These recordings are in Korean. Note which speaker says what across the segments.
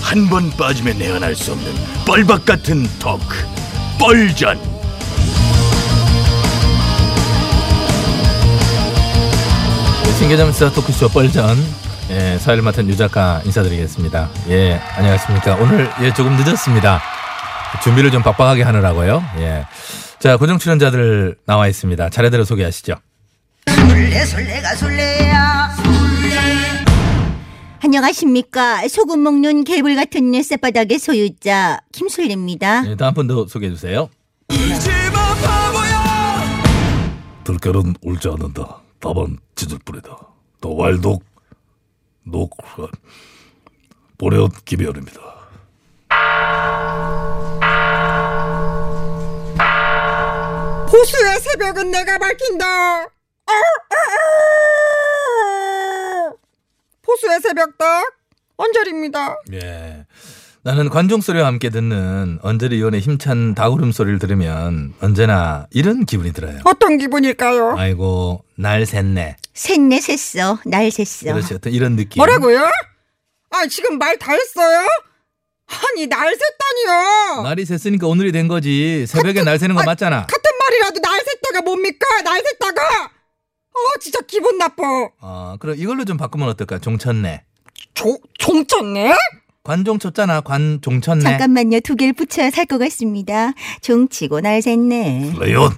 Speaker 1: 한 번 빠지면 내안할 수 없는 뻘박 같은 토크 뻘전
Speaker 2: 신개념 시사 토크쇼 뻘전 예, 사회를 맡은 유 작가 인사드리겠습니다. 예, 안녕하십니까. 오늘 예, 조금 늦었습니다. 준비를 좀 빡빡하게 하느라고요. 예. 자, 고정 출연자들 나와 있습니다. 차례대로 소개하시죠.
Speaker 3: 술래 술래가 술래야 안녕하십니까 소금 먹는 개불 같은 쇳바닥의 소유자 김술래입니다
Speaker 2: 예, 다음 분 더 소개해 주세요.
Speaker 4: 들깨는 울지 않는다. 다만 짖을 뿐이다. 더 왈독 녹 보레온 김혜연입니다.
Speaker 5: 보수의 새벽은 내가 밝힌다. 어, 보수의 어. 새벽닭 언저리입니다.
Speaker 2: 예. 나는 관종 소리와 함께 듣는 언저리 의원의 힘찬 다구름 소리를 들으면 언제나 이런 기분이 들어요.
Speaker 5: 어떤 기분일까요?
Speaker 2: 아이고, 날 샜네.
Speaker 3: 샜네 샜어 날 샜어
Speaker 2: 그렇지. 어떤 이런 느낌.
Speaker 5: 뭐라고요? 아 지금 말 다 했어요? 아니 날 샜다니요.
Speaker 2: 날이 샜으니까 오늘이 된 거지. 새벽에 날 새는 거
Speaker 5: 아,
Speaker 2: 맞잖아.
Speaker 5: 같은 말이라도 날 샜다가 뭡니까? 날 샜다가 어 진짜 기분 나빠.
Speaker 2: 어, 그럼 이걸로 좀 바꾸면 어떨까? 종쳤네.
Speaker 5: 종 종쳤네?
Speaker 2: 관종 쳤잖아. 관종쳤네.
Speaker 3: 잠깐만요 두 개를 붙여야 살 것 같습니다 종치고 날 샜네
Speaker 4: 레이온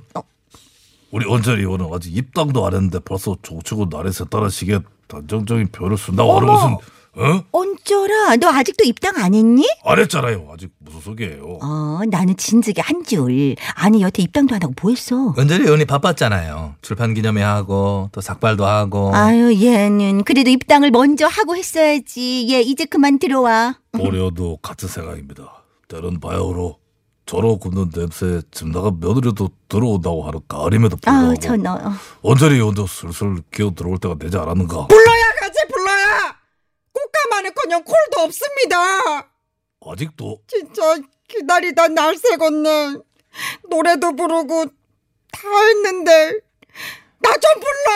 Speaker 4: 우리 언저리 의원은 아직 입당도 안 했는데 벌써 조치고 날에 새따라 시계 단정적인 표현을 쓴다고 하는 것은 어?
Speaker 3: 언쩌라 너 아직도 입당 안 했니?
Speaker 4: 안 했잖아요. 아직 무슨 소개예요.
Speaker 3: 어 나는 진즉에 한줄 아니 여태 입당도 안 하고 뭐 했어
Speaker 2: 은절이 의원이 바빴잖아요. 출판 기념회 하고 또 삭발도 하고.
Speaker 3: 아유 얘는 그래도 입당을 먼저 하고 했어야지 얘 이제 그만 들어와
Speaker 4: 보레온도 같은 생각입니다. 때론 바야흐로 저러 굽는 냄새에 집 나간 며느리도 들어온다고 하는 가을임에도 불구하고
Speaker 2: 뭐.
Speaker 3: 아우 저너 어.
Speaker 4: 언저리 의원도 슬슬 기어 들어올 때가 되지 않았는가.
Speaker 5: 불러야 가지 불러야. 꽃가마는커녕 콜도 없습니다.
Speaker 4: 아직도
Speaker 5: 진짜 기다리다 날 새겄네. 노래도 부르고 다 했는데 나 좀 불러.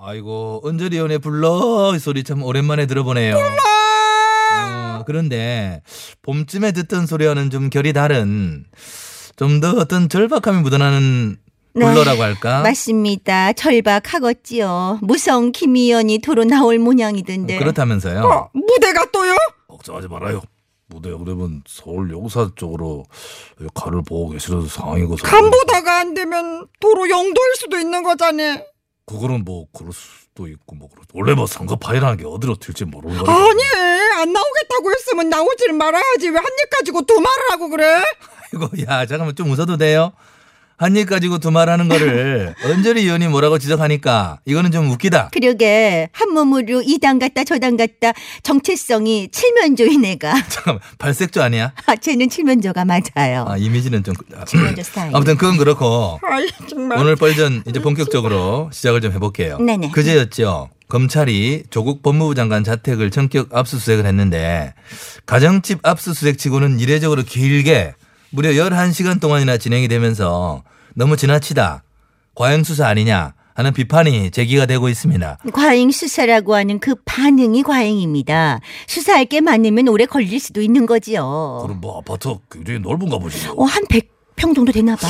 Speaker 2: 아이고 은절이 의원의 불러 이 소리 참 오랜만에 들어보네요.
Speaker 5: 아!
Speaker 2: 어, 그런데 봄쯤에 듣던 소리와는 좀 결이 다른 좀 더 어떤 절박함이 묻어나는
Speaker 3: 네.
Speaker 2: 불러라고 할까?
Speaker 3: 맞습니다. 절박하겠지요. 무성 김희연이 도로 나올 모양이던데.
Speaker 2: 그렇죠. 그렇다면서요.
Speaker 5: 어, 무대가 또요?
Speaker 4: 걱정하지 말아요. 무대 영림은 서울 용사 쪽으로 가를 보고 계시는 상황인 것은
Speaker 5: 간보다가 안 되면 도로 영도일 수도 있는 거잖아.
Speaker 4: 그거는 뭐 그럴 수도 있고 뭐 그렇... 원래 뭐 상가파이라는 게 어디로 튈지 모르는 거니까
Speaker 5: 아니 안 나오겠다고 했으면 나오질 말아야지 왜 한 입 가지고 두 말을 하고 그래?
Speaker 2: 아이고, 야, 잠깐만 좀 웃어도 돼요? 한 입 가지고 두 말 하는 거를 언저리 의원이 뭐라고 지적하니까 이거는 좀 웃기다.
Speaker 3: 그러게 한 몸으로 이당 갔다 저당 갔다 정체성이 칠면조인 애가.
Speaker 2: 잠깐만, 발색조 아니야?
Speaker 3: 아, 쟤는 칠면조가 맞아요.
Speaker 2: 아, 이미지는 좀. 아,
Speaker 3: 칠면조 스타일.
Speaker 2: 아무튼 그건 그렇고
Speaker 5: 아이 정말.
Speaker 2: 오늘 뻘전 이제 본격적으로 시작을 좀 해볼게요.
Speaker 3: 네네.
Speaker 2: 그제였죠. 검찰이 조국 법무부 장관 자택을 전격 압수수색을 했는데 가정집 압수수색치고는 이례적으로 길게 무려 11시간 동안이나 진행이 되면서 너무 지나치다. 과잉수사 아니냐 하는 비판이 제기가 되고 있습니다.
Speaker 3: 과잉 수사라고 하는 그 반응이 과잉입니다. 수사할 게 많으면 오래 걸릴 수도 있는 거지요.
Speaker 4: 그럼 뭐 아파트 굉장히 넓은가 보지
Speaker 3: 어, 한 100평 정도 되나 봐.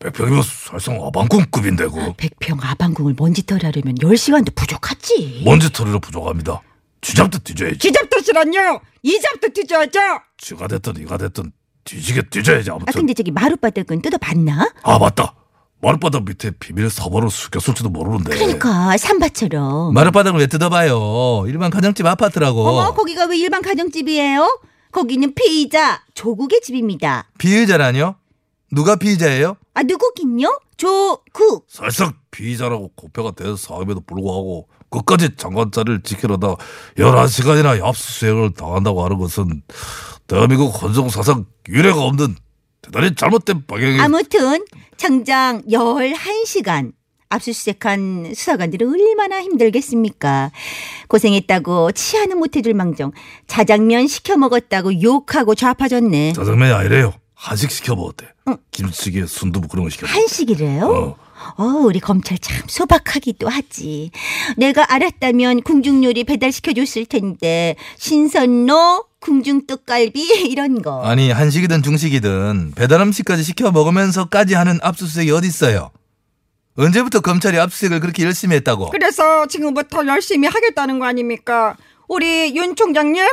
Speaker 4: 100평이면 사실상 아방꾼급인데 그
Speaker 3: 100평 아방궁을 먼지털 하려면 10시간도 부족하지.
Speaker 4: 먼지 털이로 부족합니다 쥐잡듯 뒤져야지.
Speaker 5: 쥐잡듯이란요. 이잡듯 뒤져야죠.
Speaker 4: 쥐가 됐든 이가 됐든 뒤지게 뒤져야지
Speaker 3: 아
Speaker 4: 아무튼.
Speaker 3: 근데 저기 마룻바닥은 뜯어봤나?
Speaker 4: 아 맞다. 마룻바닥 밑에 비밀 서버로 숨겼을지도 모르는데.
Speaker 3: 그러니까
Speaker 2: 네.
Speaker 3: 삼바처럼.
Speaker 2: 마룻바닥을 왜 뜯어봐요? 일반 가정집 아파트라고.
Speaker 3: 어머 거기가 왜 일반 가정집이에요? 거기는 피의자 조국의 집입니다.
Speaker 2: 피의자라뇨? 누가 피의자예요?
Speaker 3: 아 누구긴요? 조국.
Speaker 4: 살짝 피의자라고 고패가 된 사업에도 불구하고 끝까지 장관 자리를 지키려다 11시간이나 압수수색을 당한다고 하는 것은 대한민국 헌정사상 유례가 없는 대단히 잘못된 방향이
Speaker 3: 아무튼 장장 11시간 압수수색한 수사관들은 얼마나 힘들겠습니까. 고생했다고 치아는 못해줄 망정 자장면 시켜 먹었다고 욕하고 좌파졌네.
Speaker 4: 짜장면이 아니래요. 한식 시켜 먹었대.
Speaker 3: 어.
Speaker 4: 김치찌개, 순두부 그런 거 시켜 먹었대.
Speaker 3: 한식이래요?
Speaker 4: 어.
Speaker 3: 어, 우리 검찰 참 소박하기도 하지. 내가 알았다면 궁중요리 배달시켜줬을 텐데 신선로, 궁중떡갈비 이런 거.
Speaker 2: 아니 한식이든 중식이든 배달 음식까지 시켜 먹으면서까지 하는 압수수색이 어딨어요? 언제부터 검찰이 압수수색을 그렇게 열심히 했다고?
Speaker 5: 그래서 지금부터 열심히 하겠다는 거 아닙니까? 우리 윤 총장님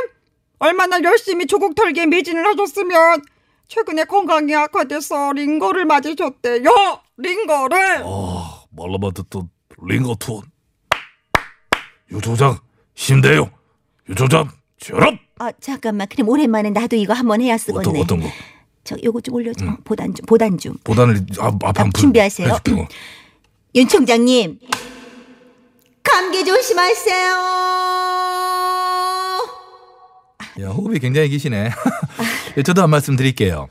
Speaker 5: 얼마나 열심히 조국 털기에 매진을 하셨으면 최근에 건강이 악화돼서 링거를 맞으셨대요. 링거를.
Speaker 2: 어.
Speaker 4: 아, 말로만 듣던 링거투원. 유조장, 힘내요. 유조장, 졸업!
Speaker 3: 어, 잠깐만 그럼 오랜만에 나도 이거 한번 해야 쓰겠네.
Speaker 4: 어떤, 어떤 거?
Speaker 3: 저 요거 좀 올려줘. 어, 보단 좀 보단 좀.
Speaker 4: 음. 보단을 아, 앞에 한 푼.
Speaker 3: 준비하세요. 음.
Speaker 4: 해줄게, 어.
Speaker 3: 윤 총장님 감기 조심하세요.
Speaker 2: 야, 호흡이 굉장히 기시네. 예, 저도 한 말씀 드릴게요.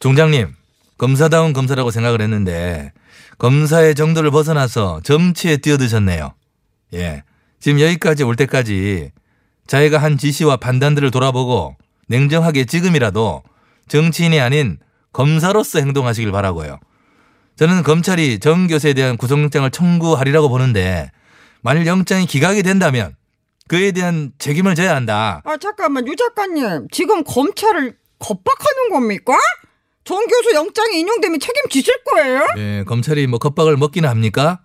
Speaker 2: 종장님, 검사다운 검사라고 생각을 했는데 검사의 정도를 벗어나서 점치에 뛰어드셨네요. 예. 지금 여기까지 올 때까지 자기가 한 지시와 판단들을 돌아보고 냉정하게 지금이라도 정치인이 아닌 검사로서 행동하시길 바라고요. 저는 검찰이 정 교수에 대한 구속영장을 청구하리라고 보는데 만일 영장이 기각이 된다면 그에 대한 책임을 져야 한다.
Speaker 5: 아 잠깐만 유 작가님 지금 검찰을 겁박하는 겁니까? 정 교수 영장이 인용되면 책임지실 거예요?
Speaker 2: 예, 검찰이 뭐 겁박을 먹기는 합니까?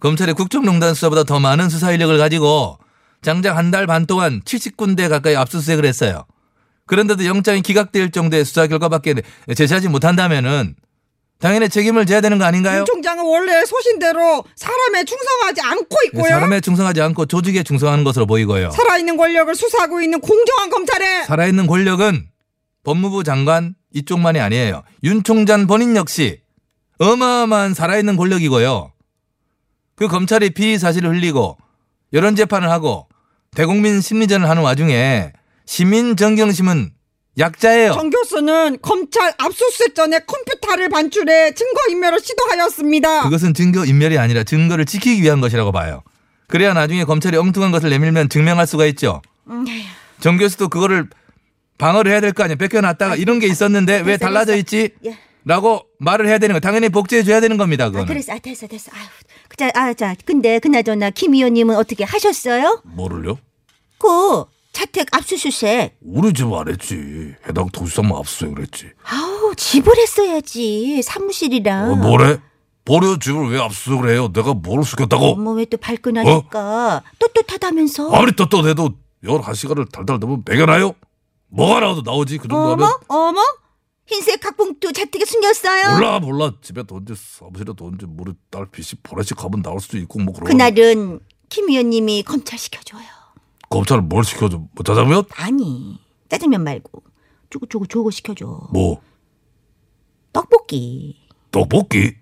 Speaker 2: 검찰이 국정농단 수사보다 더 많은 수사 인력을 가지고 장장 한 달 반 동안 70군데 가까이 압수수색을 했어요. 그런데도 영장이 기각될 정도의 수사 결과밖에 제시하지 못한다면은 당연히 책임을 져야 되는 거 아닌가요?
Speaker 5: 윤 총장은 원래 소신대로 사람에 충성하지 않고
Speaker 2: 예,
Speaker 5: 있고요.
Speaker 2: 사람에 충성하지 않고 조직에 충성하는 것으로 보이고요.
Speaker 5: 살아있는 권력을 수사하고 있는 공정한 검찰에
Speaker 2: 살아있는 권력은 법무부 장관 이쪽만이 아니에요. 윤 총장 본인 역시 어마어마한 살아있는 권력이고요. 그 검찰이 피의 사실을 흘리고 여론 재판을 하고 대국민 심리전을 하는 와중에 시민 정경심은 약자예요.
Speaker 5: 정 교수는 검찰 압수수색 전에 컴퓨터를 반출해 증거인멸을 시도하였습니다.
Speaker 2: 그것은 증거 인멸이 아니라 증거를 지키기 위한 것이라고 봐요. 그래야 나중에 검찰이 엉뚱한 것을 내밀면 증명할 수가 있죠.
Speaker 3: 음.
Speaker 2: 정 교수도 그거를 방어를 해야 될 거 아니에요. 뺏겨놨다가 이런 게 있었는데 왜
Speaker 3: 됐어,
Speaker 2: 달라져
Speaker 3: 됐어.
Speaker 2: 있지?
Speaker 3: 예.
Speaker 2: 라고 말을 해야 되는 거예요. 당연히 복제해줘야 되는 겁니다.
Speaker 3: 아,
Speaker 2: 그거는.
Speaker 3: 그래서 아 됐어 됐어. 아유. 그자 아, 자. 근데 그나저나 김 의원님은 어떻게 하셨어요?
Speaker 4: 뭐를요?
Speaker 3: 그 자택 압수수색.
Speaker 4: 우리 집 안 했지. 해당 도시장만 압수수색을 했지.
Speaker 3: 아우, 집을 했어야지. 사무실이랑.
Speaker 4: 어, 뭐래? 버려 집을 왜 압수수색을 해요? 내가 뭐를 숙였다고?
Speaker 3: 어머 왜 또 발끈하니까 떳떳하다면서.
Speaker 4: 어? 아무리 떳떳해도 11시간을 달달 넘으면 배겨나요? 뭐가 나와도 나오지 그 정도 하면?
Speaker 3: 어머 어머 흰색 각봉투 자택에 숨겼어요.
Speaker 4: 몰라 몰라 집에 돈지 사무실에 돈지 우리 딸 빚이 보라식 가면 나올 수도 있고 뭐 그런
Speaker 3: 그날은 김 의원님이 검찰 시켜줘요.
Speaker 4: 검찰을 뭘 시켜줘 뭐 짜장면?
Speaker 3: 아니 짜장면 말고 쪼고쪼고 조고 시켜줘.
Speaker 4: 뭐
Speaker 3: 떡볶이.
Speaker 4: 떡볶이?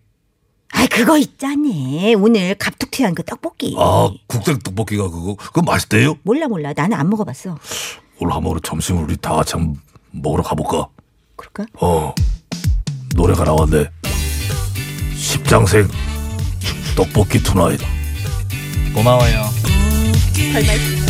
Speaker 3: 아 그거 있잖니 오늘 갑툭튀한 그 떡볶이.
Speaker 4: 아 국생 떡볶이가 그거 그거 맛있대요?
Speaker 3: 몰라 몰라 나는 안 먹어봤어.
Speaker 4: 오늘 한번 우리 점심을 우리 다 같이 한번 먹으러 가볼까?
Speaker 3: 그럴까?
Speaker 4: 어 노래가 나왔네 십장생 떡볶이 투나잇
Speaker 2: 고마워요.
Speaker 3: 별 말씀.